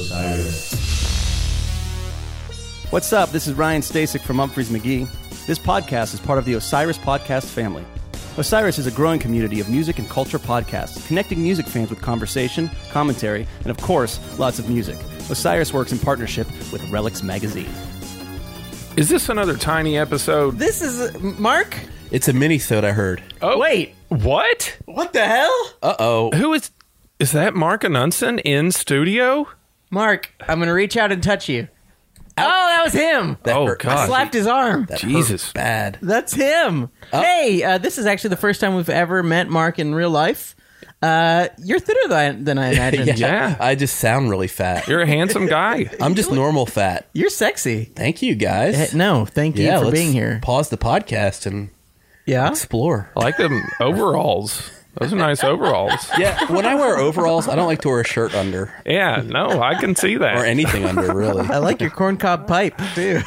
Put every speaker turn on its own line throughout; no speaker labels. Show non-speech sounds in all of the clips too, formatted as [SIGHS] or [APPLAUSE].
Osiris.
What's up? This is Ryan Stasek from Humphreys McGee. This podcast is part of the Osiris Podcast family. Osiris is a growing community of music and culture podcasts, connecting music fans with conversation, commentary, and of course, lots of music. Osiris works in partnership with Relics Magazine.
Is this another tiny episode?
This is Mark.
It's a mini sode I heard.
Oh
Wait,
what?
what the hell?
Uh oh.
Who is? Is that Mark Anunson in studio?
Mark, I'm gonna reach out and touch you. Oh, that was him.
oh
hurt.
God!
Slapped his arm.
Jesus!
Bad.
That's him.
Oh.
Hey, uh, this is actually the first time we've ever met Mark in real life. Uh, you're thinner than, than
[LAUGHS]
I imagined.
Yeah.
I just sound really fat.
You're a handsome guy.
I'm just normal fat.
You're sexy.
Thank you guys.
Eh, No, thank you
yeah,
for
let's
being here.
Pause the podcast and
Yeah.
explore.
I like them overalls. Those are nice overalls.
[LAUGHS] Yeah, when I wear overalls, I don't like to wear a shirt under
Yeah. No, I can see that.
or anything under, really.
I like your corncob pipe too.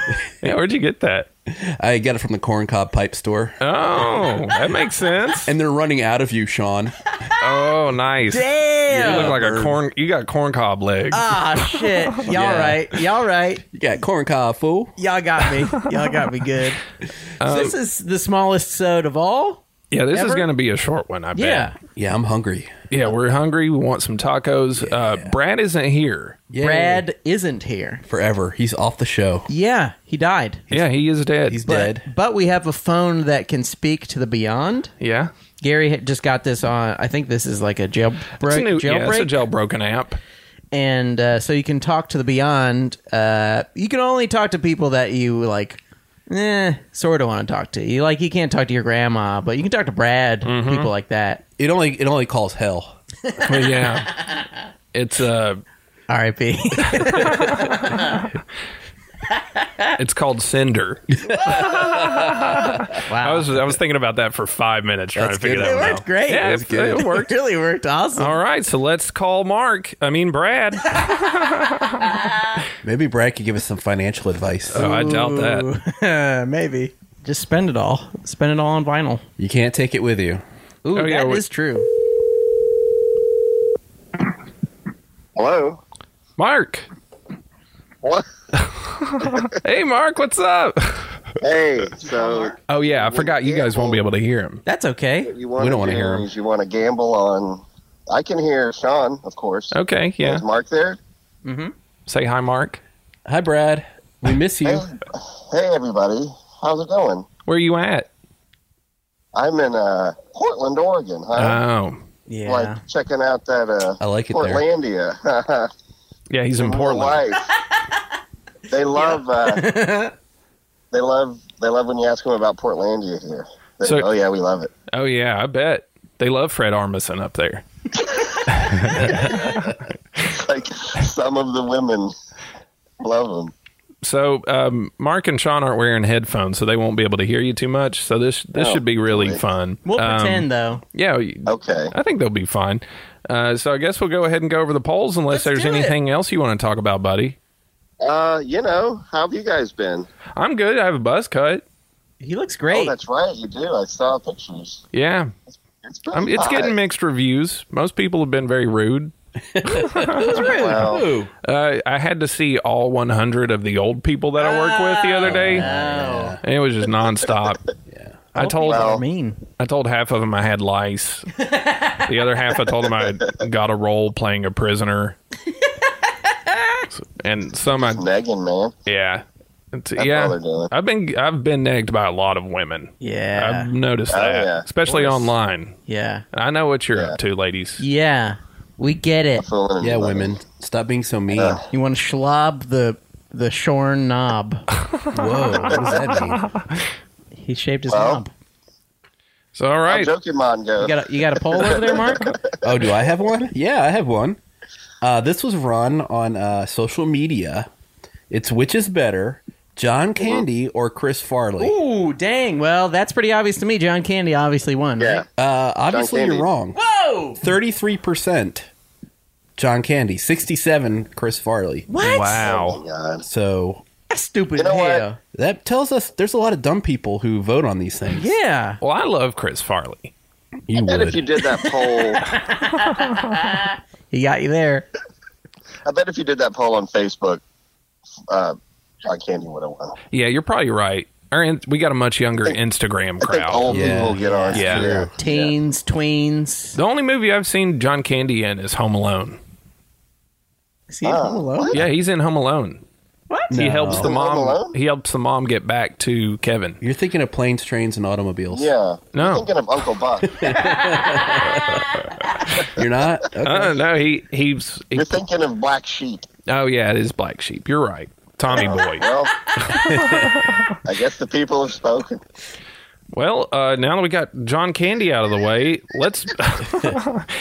Yeah, where'd you get that?
[LAUGHS] I got it from the corncob pipe store.
Oh, that makes sense.
And they're running out of you, Sean.
Oh, nice. You
Damn.
look like a
Bird.
corn. You got corn cob legs.
Ah
[LAUGHS]
shit. Y'all
Yeah.
right. Y'all right.
You got corncob, fool.
Y'all got me. Y'all got me good.
Um,
this is the smallest sode of all.
yeah, this is
Ever?
going to be a short one. I bet.
Yeah.
Yeah, I'm hungry.
Yeah, we're hungry. We want some tacos. Uh, Brad isn't here.
Yeah.
Brad isn't here.
Forever. He's off the show.
Yeah, he died.
yeah, he is dead.
He's
But-
dead.
But, we have a phone that can speak to the beyond.
yeah.
Gary had just got this on. I think this is like a jailbreak.
It's a new, yeah, it's a
jailbreak.
jailbroken app.
and uh, so you can talk to the beyond. Uh, you can only talk to people that you like. Eh, sort of want to talk to. You like you can't talk to your grandma, but you can talk to Brad.
Mm-hmm.
People like that.
It only it only calls hell.
Well, yeah. It's uh [LAUGHS]
R.I.P.
it's called Cinder.
[LAUGHS] wow,
I was I was thinking about that for five minutes trying
That's
to figure
good.
that
it
one
worked
out.
great.
Yeah, it, it worked.
It [LAUGHS] really worked awesome.
All right, so let's call Mark. I mean Brad.
Maybe Brad could give us some financial advice.
Oh, I doubt that.
Uh, maybe just spend it all. Spend it all on vinyl.
You can't take it with you.
Ooh,
Oh,
that is
yeah, we-
true.
Hello.
Mark.
What?
Hey Mark, what's up?
Hey. So
Oh yeah, I forgot you guys won't be able to hear him.
That's okay.
you want
We don't wanna
to
hear him.
Is you want to gamble on? I can hear Sean, of course.
Oh,
Okay, yeah.
Is Mark there?
Say hi Mark.
Hi, Brad. We miss you.
Hey, hey everybody. How's it going?
Where you at?
I'm in uh, Portland, Oregon.
Uh,
Huh?
Oh.
Yeah.
like checking out that uh,
I like it there.
Portlandia. [LAUGHS]
Yeah, he's in Portland.
Life.
[LAUGHS]
they love. Uh, they love. They love when you ask them about Portlandia here. They-
So-
oh yeah, we love it. [LAUGHS]
Oh yeah, I bet. They love Fred Armisen up there.
Like some of the women love them.
So um, Mark and Sean aren't wearing headphones, so they won't be able to hear you too much. So this this should be really
great.
fun.
We'll
Um,
pretend though.
Yeah, you-
Okay.
I think they'll be fine. Uh, so I guess we'll go ahead and go over the polls, unless
Let's
there's
do it.
anything else you want to talk about, buddy.
Uh, you know, how have you guys been?
I'm good. I have a buzz cut.
He looks
Oh,
great.
that's right, you do. I saw pictures.
Yeah,
It's pretty
I'm, it's
hot.
getting mixed reviews. Most people have been very rude.
Well,
Ooh.
Uh, I had to see all 100 of the old people that I work with the other day,
Oh.
and it was just nonstop.
Yeah.
I told
Well-
mean.
I told half of them I had lice. the other half I told them I got a role playing a prisoner. and some I
negging, man.
yeah. It's-
That's all
yeah.
they're doing.
I've been I've been nagged by a lot of women.
Yeah.
I've noticed
Oh,
that,
yeah.
especially online.
yeah.
I know what you're up to, ladies.
Yeah. We get it.
Fooling
Yeah,
everybody.
women. Stop being so mean.
Yeah.
You want to schlob the the shorn knob.
Whoa. What does that mean?
He shaved his
Well,
knob.
So all
I'm
right,
joking, Mongo.
You got a, you got a poll over
[LAUGHS]
there, Mark?
Oh, do I have one? Yeah, I have one. Uh, this was run on uh, social media. It's which is better, John
Mm-hmm.
Candy or Chris Farley?
Ooh, dang. Well, that's pretty obvious to me. John Candy obviously won,
yeah.
right?
Uh, obviously,
Candy.
you're wrong.
Whoa!
Thirty-three percent, John Candy. Sixty-seven, Chris Farley.
What?
wow,
Oh, God.
So
That's stupid
You know what?
hell.
that tells us there's a lot of dumb people who vote on these things.
Yeah.
well, I love Chris Farley.
you
And if
[LAUGHS] would.
you did that poll,
He got you there.
I bet if you did that poll on Facebook, uh, John Candy would have won.
Yeah, you're probably right. Our in- we got a much younger Instagram
I think
crowd.
old
Yeah.
people get ours.
Yeah.
too.
Teens, tweens.
The only movie I've seen John Candy in is Home Alone.
Is he in
Ah,
Home Alone?
what?
Yeah, he's in Home Alone.
What?
He
No.
helps the
Home
mom.
Alone?
He helps the mom get back to Kevin.
You're thinking of planes, trains, and automobiles.
Yeah.
No.
I'm thinking of Uncle
[LAUGHS]
Buck.
You're not? Okay.
Uh, no, he he's. He,
You're thinking of Black Sheep.
oh yeah, it is Black Sheep. You're right, [LAUGHS] Tommy Boy.
Well, I guess the people have spoken.
Well, uh, now that we got John Candy out of the way, let's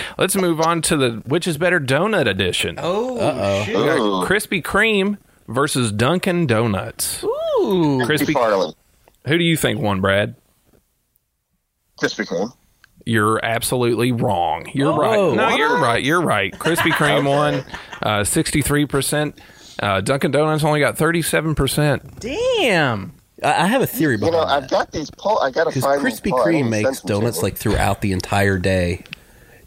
[LAUGHS] let's move on to the which is better donut edition.
Oh, shit.
We got
Ooh.
Krispy Kreme versus Dunkin' Donuts.
Ooh.
Krispy,
Farley.
who do you think won, Brad?
Krispy Kreme.
You're absolutely wrong.
Oh.
You're right. No, you're right. You're right. Krispy
[LAUGHS]
Kreme won, uh, 63%. Uh, Dunkin' Donuts only got 37%.
Damn.
I I have a theory
You
behind
know,
that.
I've got these poll. I got to
Because
find
Krispy
these poll. I
Kreme
didn't
makes
send them to
donuts
you.
like throughout the entire day.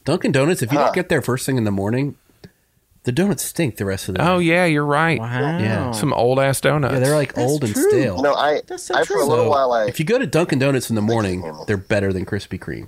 Dunkin' Donuts, if you
Huh.
don't get there first thing in the morning, the donuts stink the rest of the
Oh,
day.
yeah, you're right.
Wow.
Yeah.
Some old ass donuts.
Yeah, they're like
That's
old
true.
and stale.
You know, I,
That's so
I for
true.
a little
So,
while I
if you go to Dunkin' Donuts in the morning,
normal.
they're better than Krispy Kreme.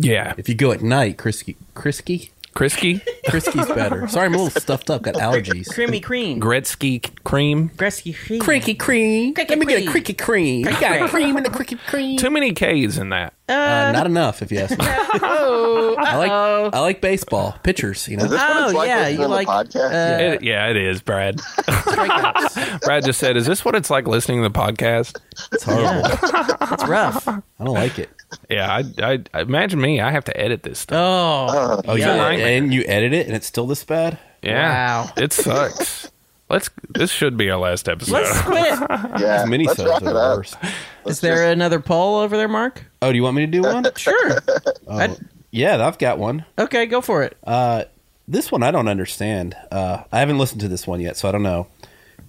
Yeah.
If you go at night, Krispy Krispy
Krisky,
Krispy's
[LAUGHS]
better. Sorry, I'm a little stuffed up. Got allergies.
Creamy cream.
Gretzky Cream.
Gretzky cream.
Cricky cream.
Cricket
Let me get a
cream.
cricky cream. You got
cream.
cream in the cricky cream.
Too many K's in that.
Uh, not enough, if
[LAUGHS]
you ask me. I like I like baseball pitchers. You
is
know,
this what
Oh,
it's like
yeah,
listening to
you
the
like, uh,
podcast?
It- yeah, it is, Brad. Brad just said, Is this what it's like listening to the podcast?
it's horrible.
It's rough. [LAUGHS]
I don't like it.
Yeah, I, I imagine me. I have to edit this stuff.
Oh.
[LAUGHS] Oh,
Yeah.
yeah,
Nightmare.
and you edit it, and it's still this bad.
Yeah.
Wow.
It sucks. Let's. This should be our last episode.
Let's
[LAUGHS]
quit.
yeah,
Mini
let's wrap
subs
it
are the
up.
worst.
Is there another poll over there, Mark?
Oh, do you want me to
[LAUGHS]
do one?
Sure.
[LAUGHS] Oh, Uh, yeah, I've got one.
Okay, go for it.
This one I don't understand. Uh, I haven't listened to this one yet, so I don't know.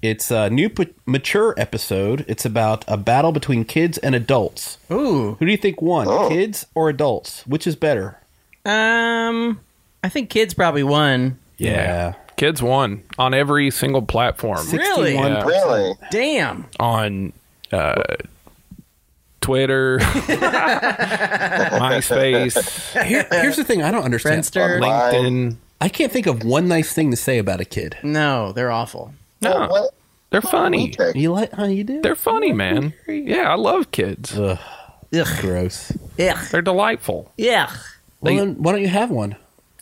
It's a new p- mature episode. It's about a battle between kids and adults.
Ooh.
Who do you think won,
Oh.
kids or adults? Which is better?
Um, I think kids probably won.
Yeah.
Kids won on every single platform.
Really?
61
Yeah.
Really?
Damn.
On uh, Twitter, [LAUGHS] MySpace,
Here- here's the thing I don't understand.
Friendster.
LinkedIn.
I can't think of one nice thing to say about a kid.
No, they're awful.
No,
Well, what-
they're funny.
okay.
You like how you do?
They're funny, man. Yeah, I love kids.
Ugh.
gross.
Ugh.
They're delightful.
Ugh.
Well,
They-
then why don't you have one?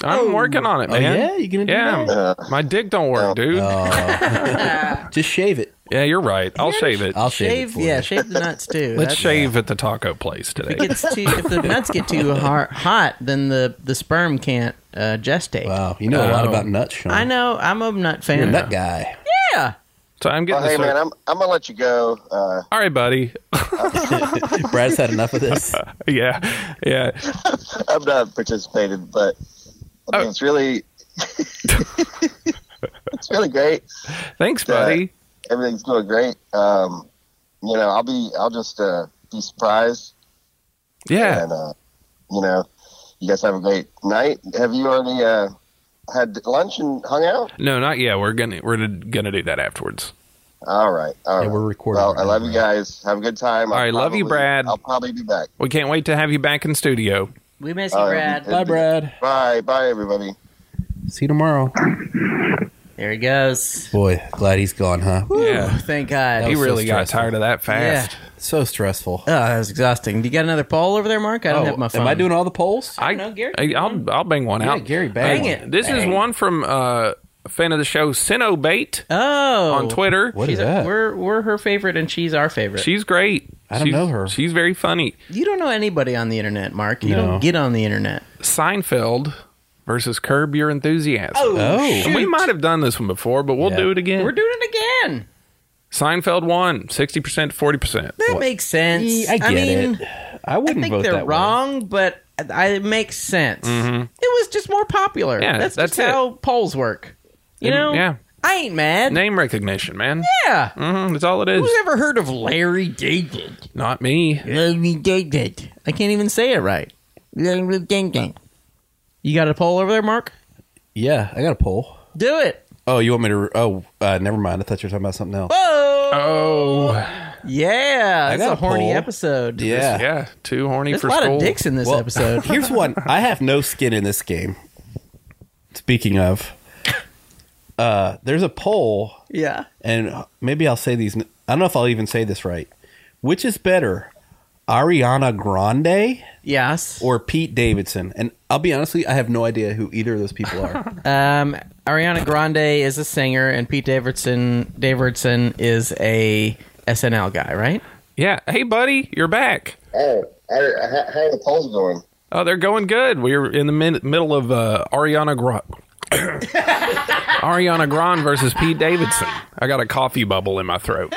I'm working on it,
Oh,
man.
yeah? You gonna do Oh.
Yeah.
Uh,
My dick don't work, dude.
Just shave it.
yeah, you're right. I'll shave it.
I'll shave, it
Shave,
for
yeah,
you.
shave the nuts too.
[LAUGHS] Let's
That's-
shave at the taco place today.
If, it gets too, if the nuts get too har- hot, then the, the sperm can't uh, gestate.
Wow, you know a lot
Oh.
about nuts, Sean.
I know. I'm a nut fan.
You're a nut guy. [LAUGHS]
Yeah.
So I'm getting
Well, Oh, hey,
the
man,
cert-
I'm, I'm gonna let you go. Uh,
All right, buddy.
Brad's had enough of this.
yeah, yeah.
I'm not participating, but I mean,
Oh.
it's really, [LAUGHS] it's really great.
Thanks, buddy.
Everything's going great. Um, you know, I'll be, I'll just uh, be surprised,
Yeah.
and uh, you know, you guys have a great night. Have you already uh, had lunch and hung out?
No, not yet. We're gonna we're gonna do that afterwards.
All right, all right.
Yeah, we're recording
Well,
right
I love
now,
you guys. Have a good time.
All
I'll
right, love you,
probably-
Brad.
I'll probably be back.
We can't wait to have you back in studio.
We miss you,
All right.
Brad.
[LAUGHS] Bye, Brad.
Bye, bye, everybody.
See you tomorrow.
There he goes.
Boy, glad he's gone, huh?
Yeah.
Ooh, Thank God.
That
He
was so
really got
stressful.
tired of that fast.
So stressful.
Oh, that was exhausting. Do you got another poll over there, Mark? I don't have my phone.
Oh, am I doing all the polls?
I,
don't know, Gary.
I, will I'll bang one
Yeah,
out.
Gary, bang.
Dang it.
This is one from uh, a fan of the show, Cinobate
Oh,
on Twitter.
What is
She's
that?
we're we're her favorite, and she's our favorite.
She's great.
I don't
She's-
know her.
She's very funny.
you don't know anybody on the internet, Mark. You
No.
don't get on the internet.
Seinfeld versus Curb Your Enthusiasm.
Oh.
And we might have done this one before, but we'll
Yeah.
do it again.
We're doing it again.
Seinfeld won 60% to 40%.
That makes sense.
Yeah, I get
mean,
it. I
I
wouldn't
think
vote
they're
that way. Mm-hmm.
wrong, but I, it makes sense. It was just more popular.
Yeah,
that's,
that's
just how polls work. You know?
yeah.
I ain't mad.
Name recognition, man.
Yeah.
hmm That's all it is.
Who's ever heard of Larry David?
Not me.
Larry David. I can't even say it right. Larry David. You got a poll over there, Mark?
Yeah, I got a poll.
Do it.
Oh, you want me to? Oh, uh, never mind. I thought you were talking about something else.
Oh,
Oh,
yeah. That's
Uh, got
a
a
horny
poll.
episode.
yeah.
yeah. Too horny
There's a
for
lot
school.
of dicks in this
Well,
episode.
[LAUGHS] Here's one. I have no skin in this game. Speaking of, uh, there's a poll,
yeah.
and maybe I'll say these. I don't know if I'll even say this right. Which is better, Ariana Grande
Yes.
or Pete Davidson? And I'll be honestly, I have no idea who either of those
[LAUGHS]
people are.
Um, Ariana Grande is a singer, and Pete Davidson Davidson is a SNL guy, right?
Yeah. Hey, buddy, you're back.
Oh, I, I, how- how are the polls going?
Oh, they're going good. We're in the mid- middle of uh, Ariana Grande. [COUGHS] Ariana Grande versus Pete Davidson. I got a coffee bubble in my throat.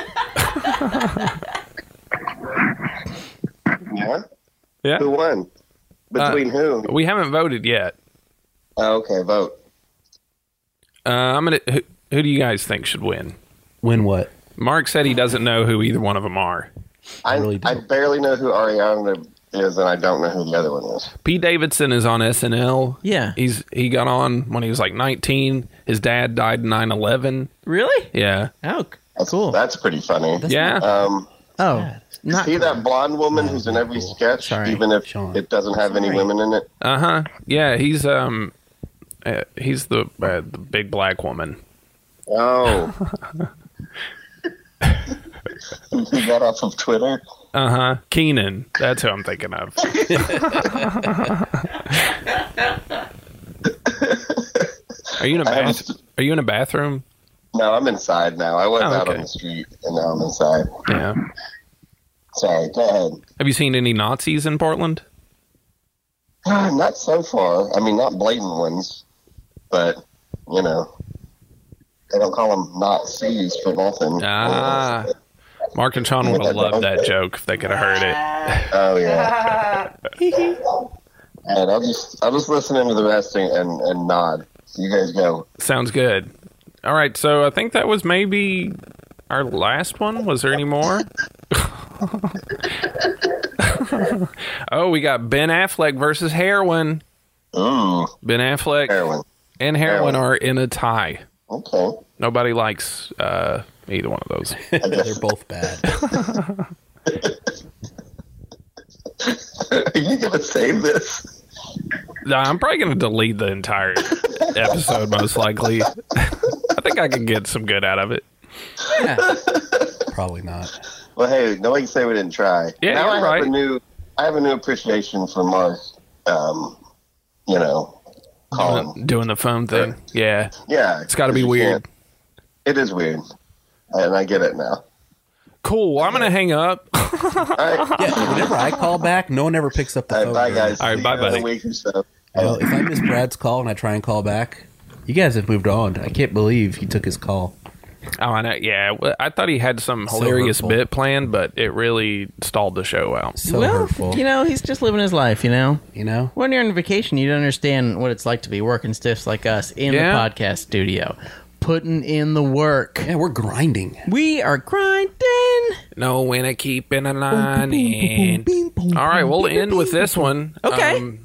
You won?
Yeah.
Who won? Between
Uh,
who?
We haven't voted yet.
Oh, okay, vote.
Uh, I'm gonna. Who, who do you guys think should win?
Win what?
Mark said he doesn't know who either one of them are.
I,
really do.
I barely know who Ariana is, and I don't know who the other one is.
Pete Davidson is on SNL.
Yeah.
He's he got on when he was like 19. His dad died in 9/11.
Really?
Yeah.
Oh, c-
That's,
cool.
That's pretty funny.
yeah.
um,
oh, not
see that blonde woman who's in every sketch,
Sorry,
even if
Sean.
it doesn't have any women in it?
Uh-huh. Yeah, he's um uh, he's the uh, the big black woman. [LAUGHS]
Oh. you got off of Twitter?
Uh-huh. Keenan. That's who I'm thinking of. Are you in a
I
bath-
haven't-
Are you in a bathroom?
No, I'm inside now. I was
Oh,
out
okay.
on the street, and now I'm inside.
Yeah.
Sorry, go ahead.
Have you seen any Nazis in Portland?
Ah, [SIGHS] not so far. I mean, not blatant ones, but, you know, they don't call them Nazis for nothing.
Ah. Mark and Sean
[LAUGHS]
would have loved that joke if they could have heard it.
Oh yeah.
[LAUGHS]
and I'll just I'll just listen into the rest and, and, and nod. You guys go.
Sounds good. All right, so I think that was maybe our last one. Was there any more? [LAUGHS] oh, we got Ben Affleck versus heroin.
Ooh,
Ben Affleck
Mm. heroin.
and heroin
Heroin.
are in a tie.
Okay. [LAUGHS]
Nobody likes uh, either one of those.
I
They're
guess
both bad.
are you gonna save this?
Nah, I'm probably going to delete the entire episode, most likely. [LAUGHS] I think I can get some good out of it.
Probably not.
Well, hey, no one can say we didn't try.
Yeah,
now
you're
I have
right.
a new I have a new appreciation for Mark. Um, you know,
Oh.
Colin.
Uh, Doing the phone thing. Yeah.
Yeah,
Uh-huh. It's got to be weird.
It is weird, and I get it now.
Cool. Well, I'm going to hang up. [LAUGHS]
All right,
Yeah, whenever I call back, no one ever picks up the
All right
phone.
bye guys.
All right,
See
bye,
you in a
buddy.
week or so.
Well, if I miss Brad's call and I try and call back, you guys have moved on. I can't believe he took his call.
Oh, I know. Yeah, well, I thought he had some
So
hilarious
hurtful.
bit planned, but it really stalled the show out.
So
well,
hurtful.
you know, he's just living his life. You know,
you know?
when you're on vacation, you don't understand what it's like to be working stiffs like us in
Yeah.
the podcast studio, putting in the work.
Yeah, we're grinding.
We are grinding.
No winner keeping a line in. All right, we'll end with this one. Um,
Okay.
um,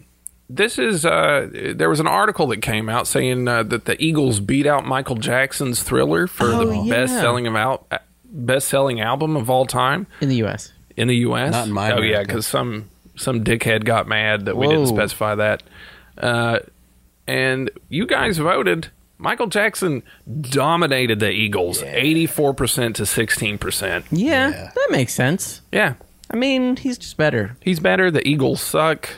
this is uh there was an article that came out saying uh, that the Eagles beat out Michael Jackson's Thriller for
Oh,
the
yeah.
best-selling of out best-selling album of all time
in the U.S.
in the US.
Not in my
Oh yeah,
America.
cuz some some dickhead got mad that we didn't
Whoa.
specify that. Uh and you guys voted Michael Jackson dominated the Eagles 84% to 16%.
Yeah,
Yeah.
that makes sense.
Yeah.
I mean, he's just better.
He's better. The Eagles suck.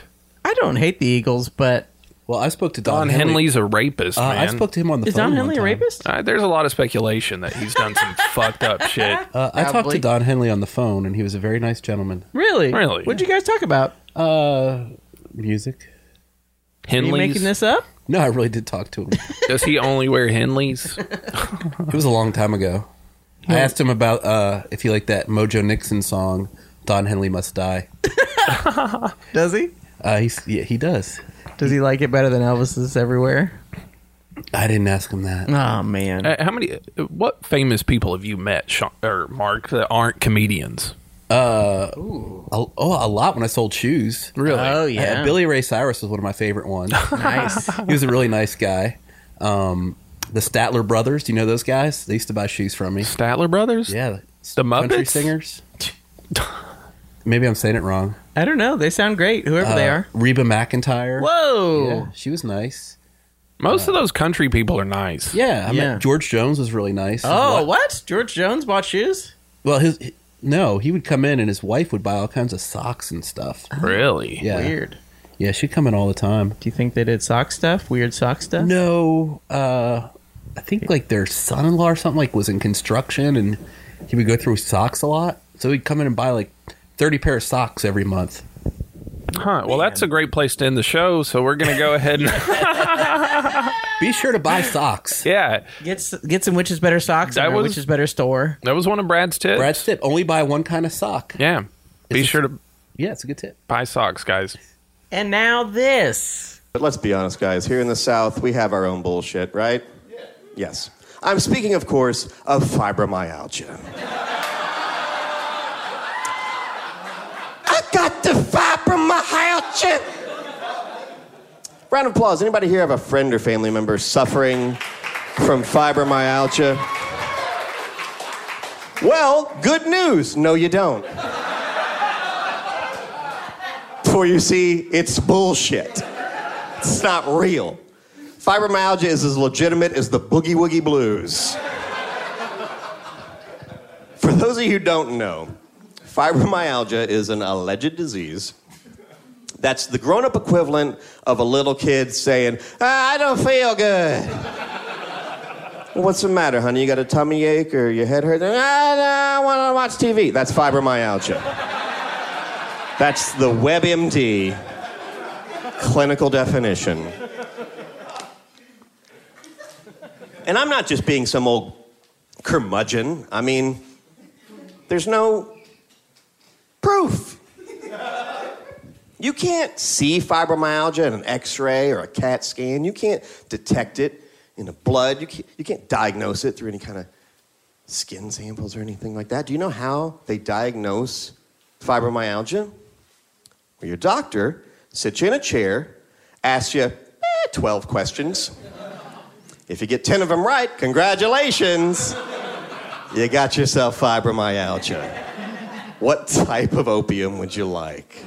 I don't hate the Eagles, but
Well, I spoke to Don,
Don
Henley.
Henley's a rapist,
Uh,
man.
I spoke to him on the
is
phone.
Don
one
Henley a
time.
rapist?
Uh, there's a lot of speculation that he's done
[LAUGHS]
some fucked up shit.
Uh, I talked
Probably.
to Don Henley on the phone, and he was a very nice gentleman.
Really?
Really?
What'd you guys talk about?
Uh, music?
Are you
Henleys.
making this up?
No, I really did talk to him.
Does he only wear
[LAUGHS]
Henleys?
it was a long time ago. I asked him about uh, if he liked that Mojo Nixon song, Don Henley Must Die.
Does he?
Uh, he's, yeah, he does.
Does he like it better than Elvis's everywhere?
I didn't ask him that.
Oh man.
Uh, how many? uh, What famous people have you met, Sean, or Mark, that aren't comedians?
Oh, oh, a lot when I sold shoes.
Really?
Oh
Uh,
yeah.
[LAUGHS] Billy Ray Cyrus was one of my favorite ones.
Nice.
he was a really nice guy. Um, the Statler brothers. Do you know those guys? They used to buy shoes from me.
Statler Brothers?
Yeah,
The
country
Muppets?
singers. [LAUGHS] Maybe I'm saying it wrong.
I don't know. They sound great, whoever they
Uh,
are.
Reba McIntyre.
Whoa.
Yeah, she was nice.
Most of those country people are nice.
Yeah, I
Yeah.
mean George Jones was really nice. His
Oh,
wi-
what? George Jones bought shoes?
well, his he- no, he would come in and his wife would buy all kinds of socks and stuff.
Really?
Yeah,
Ah, Weird.
yeah, she'd come in all the time.
Do you think they did sock stuff? Weird sock stuff?
No, uh, I think like their son-in-law or something like was in construction and he would go through socks a lot, so he'd come in and buy like thirty pair of socks every month.
Huh. Well, that's a great place to end the show. So we're going to go ahead
[LAUGHS]
and.
Be sure to
[LAUGHS]
buy socks.
yeah.
Get, s- get some Witches Better socks
That
at our
was-
Witches Better store.
That was one of Brad's tips.
Brad's tip: only buy one kind of sock.
Yeah. Be sure to
Yeah, it's a good tip.
buy socks, guys.
And now this.
But let's be honest, guys. Here in the South, we have our own bullshit, right? Yeah. Yes. I'm speaking, of course, of fibromyalgia. I got the fibromyalgia. Round of applause. Anybody here have a friend or family member suffering from fibromyalgia? Well, good news. No, you don't. For you see, it's bullshit. It's not real. Fibromyalgia is as legitimate as the boogie woogie blues. For those of you who don't know, fibromyalgia is an alleged disease. That's the grown up equivalent of a little kid saying, "Ah, I don't feel good. "Well, What's the matter, honey? You got a tummy ache or your head hurt? I want to watch TV. That's fibromyalgia. That's the WebMD clinical definition. And I'm not just being some old curmudgeon. I mean, there's no proof. You can't see fibromyalgia in an x ray or a CAT scan. You can't detect it in the blood. You can't, you can't diagnose it through any kind of skin samples or anything like that. Do you know how they diagnose fibromyalgia? Well, your doctor sits you in a chair, asks you eh, 12 questions. If you get 10 of them right, congratulations, you got yourself fibromyalgia. What type of opium would you like?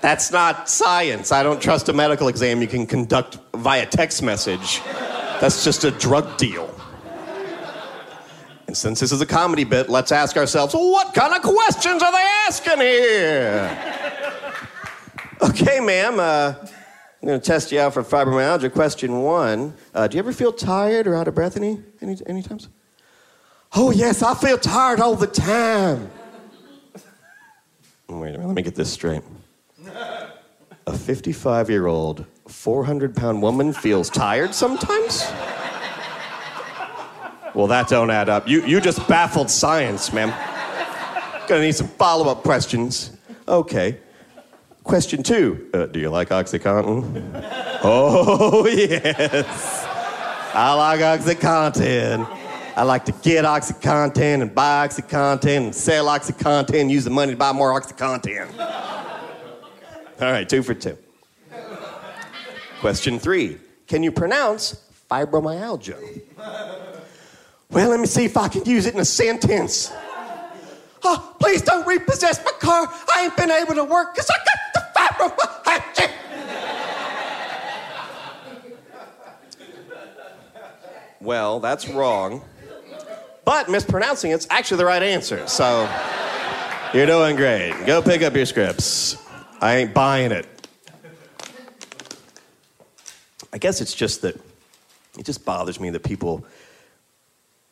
That's not science. I don't trust a medical exam you can conduct via text message. That's just a drug deal. And since this is a comedy bit, let's ask ourselves what kind of questions are they asking here? okay, ma'am, uh, I'm going to test you out for fibromyalgia. Question one uh, Do you ever feel tired or out of breath any, any, any times? Oh, yes, I feel tired all the time. [LAUGHS] Wait a minute, let me get this straight. A 55 year old, 400 pound woman feels tired sometimes? Well, that don't add up. You, you just baffled science, ma'am. Gonna need some follow up questions. Okay. Question two uh, Do you like Oxycontin? Oh, [LAUGHS] yes. I like Oxycontin. I like to get Oxycontin and buy Oxycontin and sell Oxycontin and use the money to buy more Oxycontin. All right, two for two. Question three Can you pronounce fibromyalgia? Well, let me see if I can use it in a sentence. Oh, please don't repossess my car. I ain't been able to work because I got the fibromyalgia. well, that's wrong. But mispronouncing it's actually the right answer. So you're doing great. Go pick up your scripts. I ain't buying it. I guess it's just that it just bothers me that people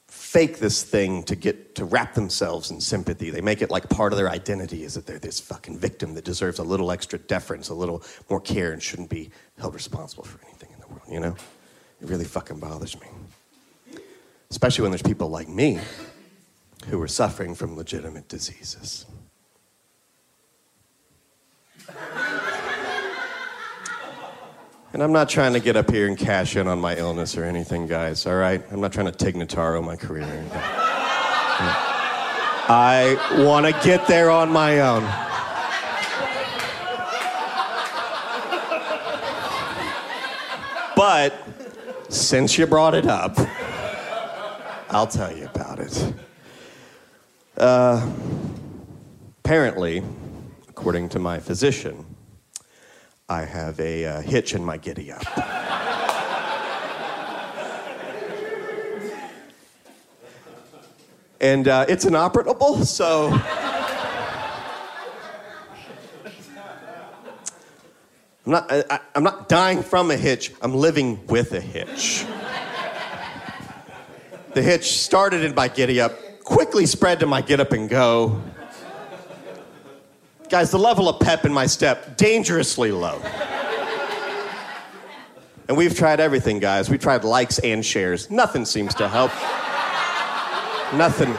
fake this thing to get to wrap themselves in sympathy. They make it like part of their identity is that they're this fucking victim that deserves a little extra deference, a little more care, and shouldn't be held responsible for anything in the world, you know? It really fucking bothers me. Especially when there's people like me who are suffering from legitimate diseases. And I'm not trying to get up here and cash in on my illness or anything, guys, all right? I'm not trying to take Notaro my career or anything. I want to get there on my own. But since you brought it up, I'll tell you about it. Uh, apparently, according to my physician, I have a uh, hitch in my giddy up. and uh, it's inoperable, so. I'm not, I, I- I'm not dying from a hitch, I'm living with a hitch. the hitch started in my giddy up, quickly spread to my get up and go. Guys, the level of pep in my step, dangerously low. And we've tried everything, guys. We tried likes and shares. Nothing seems to help. Nothing.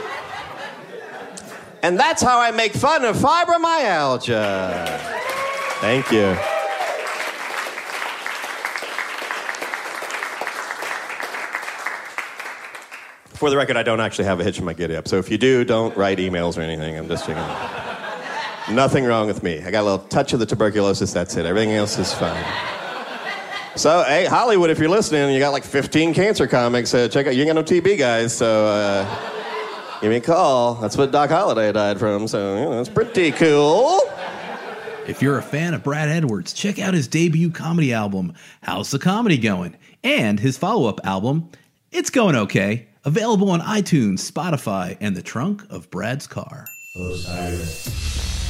And that's how I make fun of fibromyalgia. Thank you. For the record, I don't actually have a hitch in my giddy up. So if you do, don't write emails or anything. I'm just checking. Nothing wrong with me. I got a little touch of the tuberculosis. That's it. Everything else is fine. So, hey, Hollywood, if you're listening, you got like 15 cancer comics. Uh, check out. You ain't got no TB, guys. So uh, give me a call. That's what Doc Holliday died from. So you know, it's pretty cool.
If you're a fan of Brad Edwards, check out his debut comedy album, How's the Comedy Going? and his follow up album, It's Going Okay, available on iTunes, Spotify, and the trunk of Brad's car.
Osiris.